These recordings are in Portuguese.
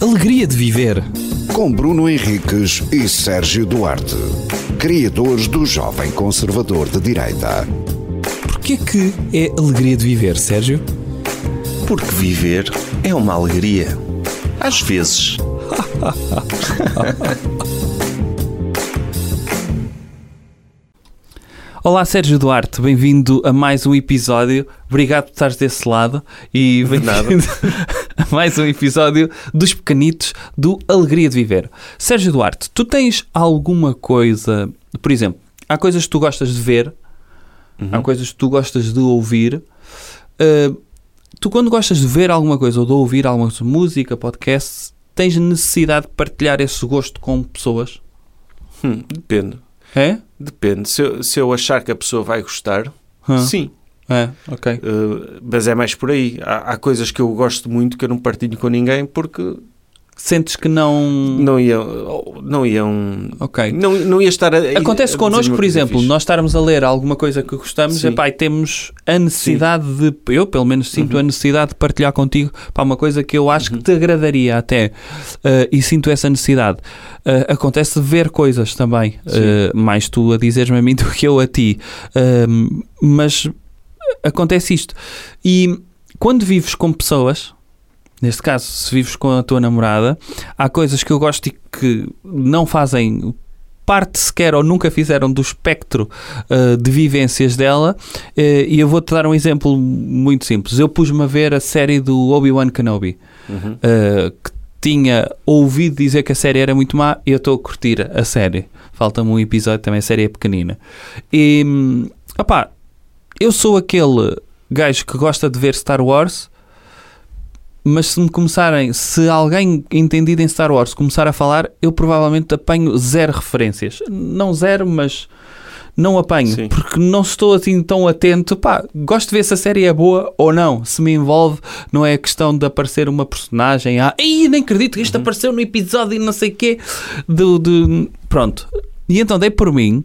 alegria de viver. Com Bruno Henriques e Sérgio Duarte, criadores do Jovem Conservador de Direita. Porquê que é alegria de viver, Sérgio? Porque viver é uma alegria. Às vezes. Olá Sérgio Duarte, bem-vindo a mais um episódio. Obrigado por estares desse lado e bem-vindo a mais um episódio dos pequenitos do Alegria de Viver. Sérgio Duarte, tu tens alguma coisa, por exemplo, há coisas que tu gostas de ver, Uhum. há coisas que tu gostas de ouvir. Uh, tu quando gostas de ver alguma coisa ou de ouvir alguma coisa, música, podcast, tens necessidade de partilhar esse gosto com pessoas? Hum, depende. É? Depende. Se eu, se eu achar que a pessoa vai gostar, Hã? sim. É, ok. Uh, mas é mais por aí. Há, há coisas que eu gosto muito que eu não partilho com ninguém porque Sentes que não... não iam. Não iam. Ok. Não, não ia estar a, Acontece a dizer connosco, uma por coisa exemplo, fixe. nós estarmos a ler alguma coisa que gostamos, Sim. Uhum. epá, e temos a necessidade de, eu pelo menos sinto a necessidade de partilhar contigo pá, uma coisa que eu acho que te agradaria até, eh, e sinto essa necessidade. Eh, acontece de ver coisas também, eh, mais tu a dizeres-me a mim do que eu a ti, Ahm, mas acontece isto. E quando vives com pessoas, neste caso, se vives com a tua namorada, há coisas que eu gosto e que não fazem parte sequer ou nunca fizeram do espectro uh, de vivências dela. Uh, e eu vou-te dar um exemplo muito simples. Eu pus-me a ver a série do Obi-Wan Kenobi, Uhum. uh, que tinha ouvido dizer que a série era muito má e eu estou a curtir a série. Falta-me um episódio também, a série é pequenina. E, hum, opá, eu sou aquele gajo que gosta de ver Star Wars, mas se me começarem, se alguém entendido em Star Wars começar a falar, eu provavelmente apanho zero referências. Não zero, mas não apanho, Sim. porque não estou assim tão atento. Pá, gosto de ver se a série é boa ou não. Se me envolve, não é questão de aparecer uma personagem. Ah, Ei, nem acredito que isto apareceu no episódio e não sei o quê. Do, do... Pronto. E então dei por mim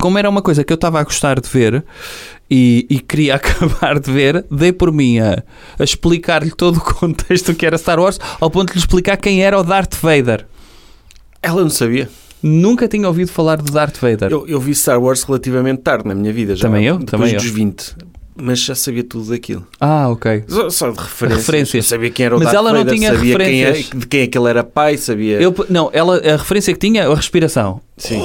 como era uma coisa que eu estava a gostar de ver e, e queria acabar de ver, dei por mim a, a explicar-lhe todo o contexto que era Star Wars, ao ponto de lhe explicar quem era o Darth Vader. Ela não sabia. Nunca tinha ouvido falar de Darth Vader. Eu, eu vi Star Wars relativamente tarde na minha vida. Já, Também eu, Depois também eu. dos 20. Mas já sabia tudo daquilo. Ah, ok. Só, só de referências. Referências. Eu sabia quem era o Mas Darth ela não Vader, tinha sabia quem é- referências. de quem aquele era pai, sabia. Eu, não, ela, a referência que tinha, a respiração. Sim.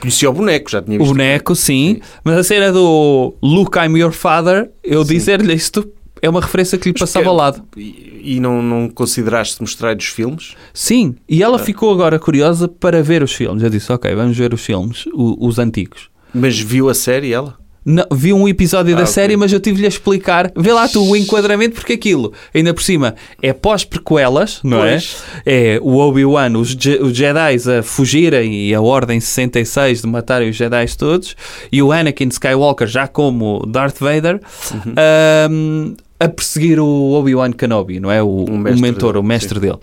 Conhecia o boneco, já tinha O visto. boneco, sim, mas a cena do Luke, I'm your father, eu dizer-lhe isto é uma referência que lhe passava ao lado. E, e não, não consideraste mostrar os filmes? Sim, e ela ficou agora curiosa para ver os filmes. Eu disse, ok, vamos ver os filmes, o- os antigos. Mas viu a série ela? Não, vi um episódio Ah, da ok. série, mas eu tive-lhe a explicar. Vê lá tu o enquadramento, porque aquilo, ainda por cima, é pós-prequelas, não Pois. é? É o Obi-Wan, os, Je os Jedi a fugirem e a Ordem 66 de matarem os Jedi todos, e o Anakin Skywalker já como Darth Vader, Uhum. ahm, a perseguir o Obi-Wan Kenobi, não é? O, o Um mestre mentor, dele, o mestre dele.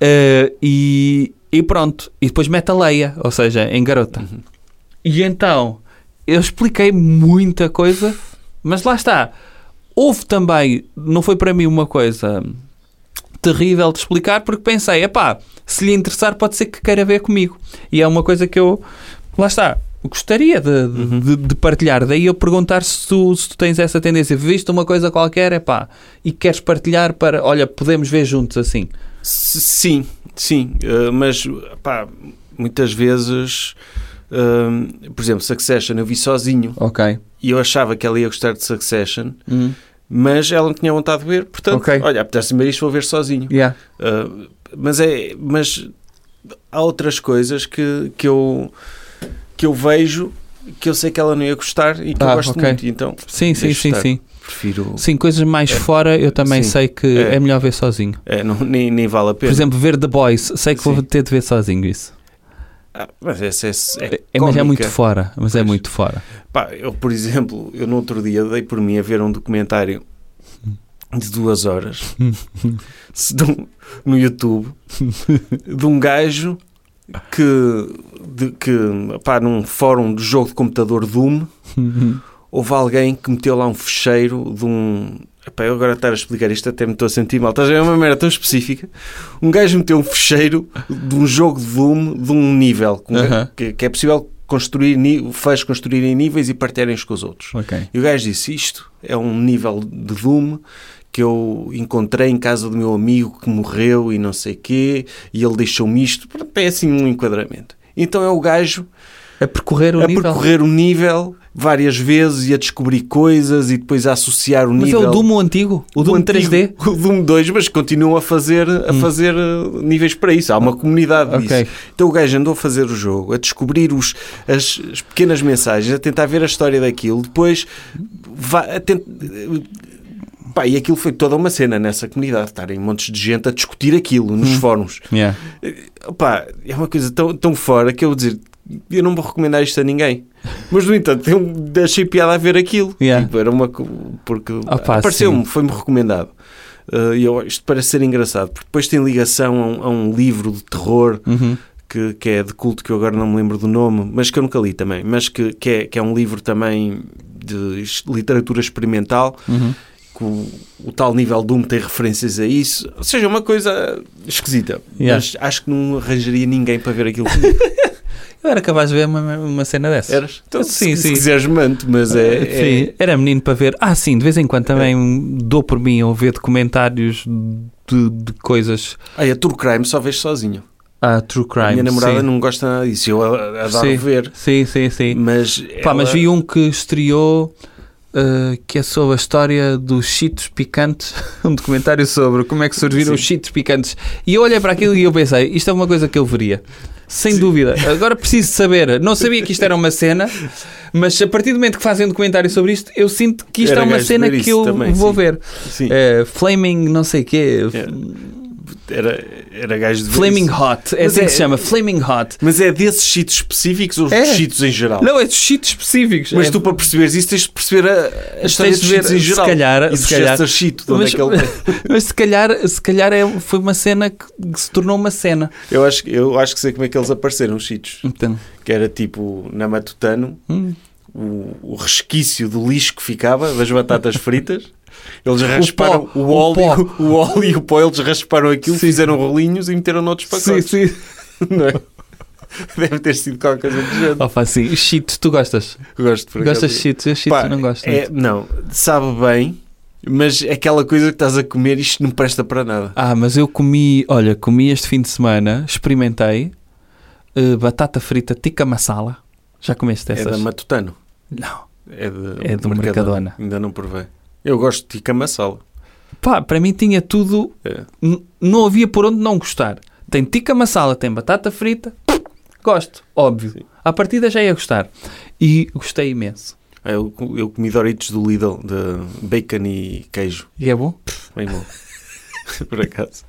Ah, e, e pronto, e depois mete a Leia, ou seja, em garota. Uhum. E então, eu expliquei muita coisa, mas lá está. Houve também, não foi para mim uma coisa terrível de explicar, porque pensei, epá, se lhe interessar pode ser que queira ver comigo. E é uma coisa que eu, lá está, gostaria de, de- Uhum. de- de partilhar. Daí eu perguntar se tu, se tu tens essa tendência. Viste uma coisa qualquer, epá, e queres partilhar para, olha, podemos ver juntos assim. S- Sim, sim. eh, mas, pá, muitas vezes... eh, por exemplo, Succession eu vi sozinho Ok. e eu achava que ela ia gostar de Succession, mas ela não tinha vontade de ver, portanto, Ok. olha, apetece-me ver isto, vou ver sozinho. Yeah. Uh, mas é mas há outras coisas que, que eu que eu vejo que eu sei que ela não ia gostar e que Ah, eu gosto ok. muito então Sim, sim, Deixa sim, estar. sim. prefiro Sim, coisas mais É. fora eu também Sim. sei que é. É. melhor ver sozinho. é, não, nem, nem vale a Por pena exemplo, ver The Boys, sei que vou Sim. ter de ver sozinho isso. Ah, mas essa é, é, É, mas é cómica. muito fora, mas é Pois. muito fora. Pá, eu por exemplo eu no outro dia dei por mim a ver um documentário de duas horas se de um- no YouTube de um gajo que, de, que pá, num fórum de jogo de computador Doom houve alguém que meteu lá um fecheiro de um, Epá, eu agora estar a explicar isto até me estou a sentir mal. Estás a ver, é uma merda tão específica. Um gajo meteu um fecheiro de um jogo de Doom de um nível com- Aham. que, que é possível construir, ni- fãs construírem níveis e partirem-os com os outros. Ok. E o gajo disse: Isto é um nível de Doom que eu encontrei em casa do meu amigo que morreu e não sei quê, e ele deixou-me isto. Pronto, é assim um enquadramento. Então é o gajo A percorrer o a nível. percorrer o nível várias vezes e a descobrir coisas e depois a associar o Mas é nível. o Doom antigo? O Doom antigo- 3D? O Doom 2, mas continuam a fazer, a fazer uh, níveis para isso. Há uma comunidade Ok. disso. Então o gajo andou a fazer o jogo, a descobrir os, as, as pequenas mensagens, a tentar ver a história daquilo. Depois, va- a tent- eh, Pá, e aquilo foi toda uma cena nessa comunidade, estarem montes de gente a discutir aquilo nos Hum. fóruns. Yeah. Opá, é uma coisa tão, tão fora que eu vou dizer, eu não vou recomendar isto a ninguém. Mas, no entanto, eu achei piada a ver aquilo. Yeah. Tipo, era uma, co- porque Opá, apareceu-me, foi-me recomendado. Uh, e eu, isto parece ser engraçado, porque depois tem ligação a um, a um livro de terror Uhum. que, que é de culto, que eu agora não me lembro do nome, mas que eu nunca li também, mas que, que, é, que é um livro também de es- literatura experimental, Uhum. que o, o tal nível Doom tem referências a isso. Ou seja, é uma coisa esquisita. Yeah. Mas acho que não arranjaria ninguém para ver aquilo comigo. Eu era capaz de ver uma, uma cena dessas. Eras? Então, Sim, se, se sim. Ah, quiseres, mante, mas é. é- Sim, era menino para ver. Ah, sim, de vez em quando também um, dou por mim a ver documentários de, de coisas. Ai, a True é, Crime só vês sozinho. Ah, true crime. a minha namorada sim. não gosta nada disso. Eu a- adoro Sim. ver. Sim, sim, sim. Mas. Pá, ela- mas vi um que estreou ah, que é sobre a história dos cheetos picantes. um documentário sobre como é que surgiram os cheetos picantes. E eu olhei para aquilo e eu pensei, isto é uma coisa que eu veria. Sem dúvida. Agora preciso saber. Não sabia que isto era uma cena, mas a partir do momento que fazem um documentário sobre isto, eu sinto que isto Era é uma gajo de cena ver que isso eu também, vou sim. ver. Sim, É. Eh, flaming, não sei o quê. f- era, era gajo de ver Flaming isso. Hot. É Mas assim é- que se chama. Flaming Hot. Mas é desses cheats específicos ou É. dos cheats em geral? Não, é dos cheats específicos. Mas É- tu, para perceberes isso, tens de perceber a, a história Tens de dos ver, cheats em se geral. calhar, e do se calhar. Chester Cheat, de onde Mas- é que ele Mas se calhar, se calhar é- foi uma cena que, que se tornou uma cena. Eu acho, eu acho que sei como é que eles apareceram, os cheats. Então, Que era tipo, na Matutano, hum. o, o resquício do lixo que ficava das batatas fritas. Eles O rasparam pó, o, o óleo, o óleo e o pó, eles rasparam aquilo, fizeram rolinhos e meteram noutros Sim, pacotes. sim. Não é? Deve ter sido qualquer coisa do género. Opa, sim. Cheats, tu gostas? Gosto por Oh, gostas acaso. de cheats? Eu cheats Pá, não gosto. é- não, sabe bem, mas aquela coisa que estás a comer, isto não presta para nada. Ah, mas eu comi, olha, comi este fim de semana, experimentei eh, batata frita tikka masala. Já comeste É da essas? Matutano. não. É, de É do Mercadona. Ainda não provei. Eu gosto de tikka masala. Pá, para mim tinha tudo, É. n- não havia por onde não gostar. Tem tikka masala, tem batata frita, gosto, óbvio. À partida já ia gostar. E gostei imenso. Ah, Eu, eu comi Doritos do Lidl, de bacon e queijo. E é bom? Bem bom. Por acaso.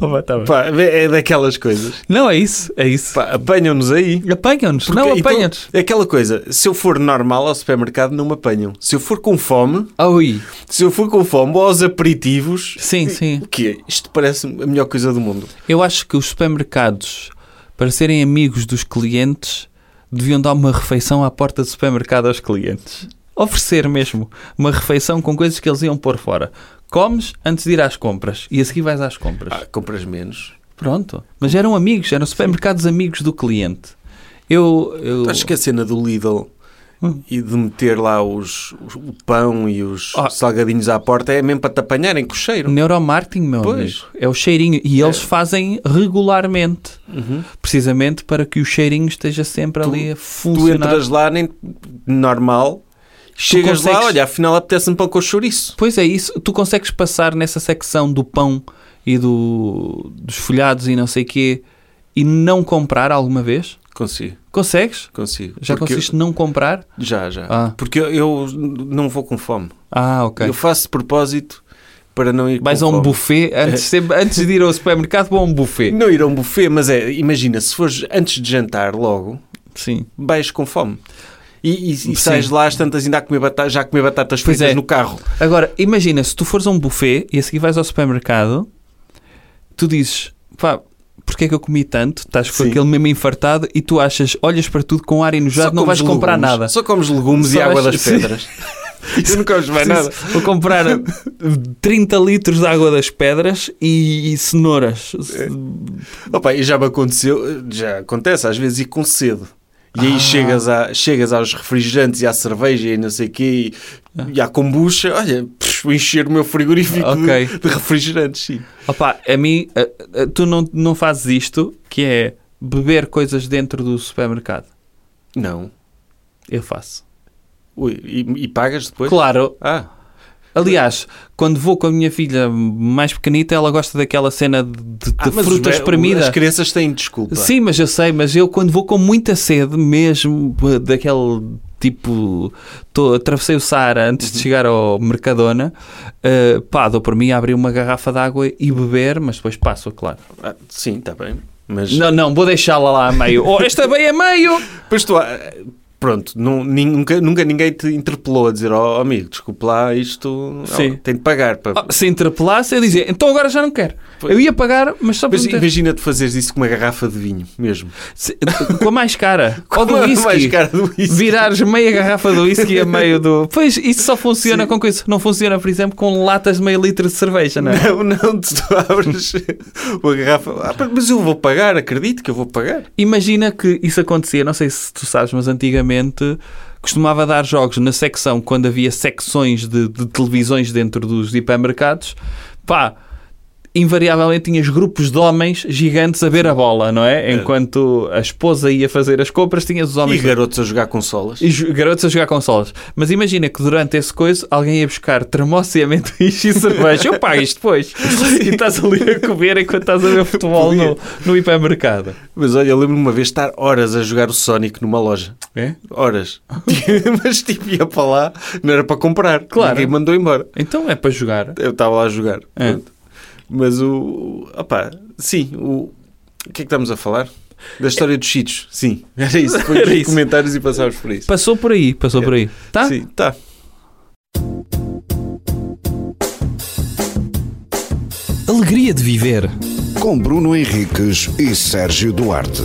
Opa, tá bem. Pá, é é daquelas coisas. Não, é isso, é isso. Pá, apanham-nos aí. Apanham-nos, Porque, não então, apanham-nos. é aquela coisa, se eu for normal ao supermercado, não me apanham. Se eu for com fome, Ui, se eu for com fome ou aos aperitivos, sim, sim. o quê? Isto parece a melhor coisa do mundo. Eu acho que os supermercados, para serem amigos dos clientes, deviam dar uma refeição à porta do supermercado aos clientes. Oferecer mesmo uma refeição com coisas que eles iam pôr fora. Comes antes de ir às compras e a seguir vais às compras. Ah, compras menos. Pronto. Mas eram amigos, eram supermercados amigos do cliente. Eu. eu... Acho que a cena do Lidl Hum. e de meter lá os, os- o pão e os Ah. salgadinhos à porta é mesmo para te apanharem com o cheiro. Neuromarketing, meu um Pois. amigo. É o cheirinho. E eles fazem regularmente. Uhum. Precisamente para que o cheirinho esteja sempre Tu- ali a Tu funcionar. entras lá, nem normal, chegas lá, consegues- olha, afinal apetece-me pão com chouriço. Pois é isso. Tu consegues passar nessa secção do pão e do, dos folhados e não sei quê e não comprar alguma vez? Consigo, Consegues? consigo. Já Porque eu- conseguiste não comprar? Já, já. Ah. Porque eu, eu não vou com fome. Ah, ok. Eu faço de propósito para não ir Vais a um com fome. buffet É. antes, sempre- antes de ir ao supermercado, vou a um buffet. Não ir a um buffet, mas é, imagina, se fores antes de jantar logo, Sim. vais com fome. E, e, Sim. e sais lá, às tantas ainda a comer batata, já a comer batatas Pois fritas é. no carro. Agora, imagina, se tu fores a um buffet e a seguir vais ao supermercado, tu dizes, pá, porque é que eu comi tanto? Estás com Sim. aquele mesmo infartado e tu achas, olhas para tudo com ar Só enojado, não comes vais comprar legumes. nada. Só comes legumes Só e água vais- das Sim. pedras. Eu nunca os mais nada. Vou comprar 30 litros de água das pedras e, e cenouras. É. Opa, e já me aconteceu, já acontece às vezes ir com cedo. E aí Ah. chegas, a, chegas aos refrigerantes e à cerveja e não sei o quê Ah. e, e à kombucha. Olha, pff, vou encher o meu frigorífico de- Ok. de, refrigerantes. Sim. Opa, a mim, a- a- tu não, não fazes isto, que é beber coisas dentro do supermercado. Não. Eu faço. Ui, e, e pagas depois? Claro. Ah, Aliás, quando vou com a minha filha mais pequenita, ela gosta daquela cena de, de ah, mas os frutas be- As espremida. crianças têm desculpa. Sim, mas eu sei, mas eu quando vou com muita sede mesmo, eh, daquele tipo, tô, atravessei o Saara antes de Uhum. chegar ao Mercadona, eh, pá, dou por mim a abrir uma garrafa de água e beber, mas depois passo, claro. Ah, sim, está bem. Mas Não, não, vou deixá-la lá a meio. Oh, esta bem a meio! depois tu. ah, Pronto, nu- nin- nunca, nunca ninguém te interpelou a dizer, ó amigo, desculpe lá, isto ah, Sim. tem de pagar. Para... Ah, se interpelasse, eu dizia, então agora já não quero. Pois. Eu ia pagar, mas só para Mas meter. imagina-te fazeres isso com uma garrafa de vinho, mesmo. Se- Com a mais cara. Ou do Como é whisky. mais cara do whisky. Virares meia garrafa do whisky a meio do. Pois, isso só funciona com coisa. Não funciona, por exemplo, com latas de meio litro de cerveja, não é? Não, não, tu tu abres uma garrafa. Ah, pá, mas eu vou pagar, acredito que eu vou pagar. Imagina que isso acontecia, não sei se tu sabes, mas antigamente costumava dar jogos na secção quando havia secções de, de televisões dentro dos hipermercados. Pá, invariavelmente tinhas grupos de homens gigantes a ver a bola, não é? Enquanto a esposa ia fazer as compras, tinhas os E homens garotos a jogar consolas. e jo- garotos a jogar consolas. Mas imagina que durante esse coisa alguém ia buscar termoço e amendoins e cerveja. Eu pago isto depois. E estás ali a comer enquanto estás a ver futebol no, no hipermercado. Mas olha, eu lembro-me uma vez de estar horas a jogar o Sonic numa loja. É? Horas. mas tipo, ia para lá, não era para comprar. Claro. Ninguém mandou embora. Então é para jogar. Eu estava lá a jogar. É. Pronto. Mas o. Opá, sim, o. O que é que estamos a falar? Da história dos cheats, sim. Era isso. Foi Era os isso. comentários e passámos por isso. Passou por aí, passou por aí. Tá? Sim, tá. Alegria de viver. Com Bruno Henriques e Sérgio Duarte,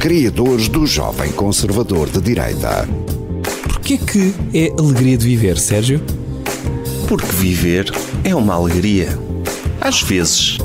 criadores do Jovem Conservador de Direita. Porquê que é alegria de viver, Sérgio? Porque viver é uma alegria. Às vezes.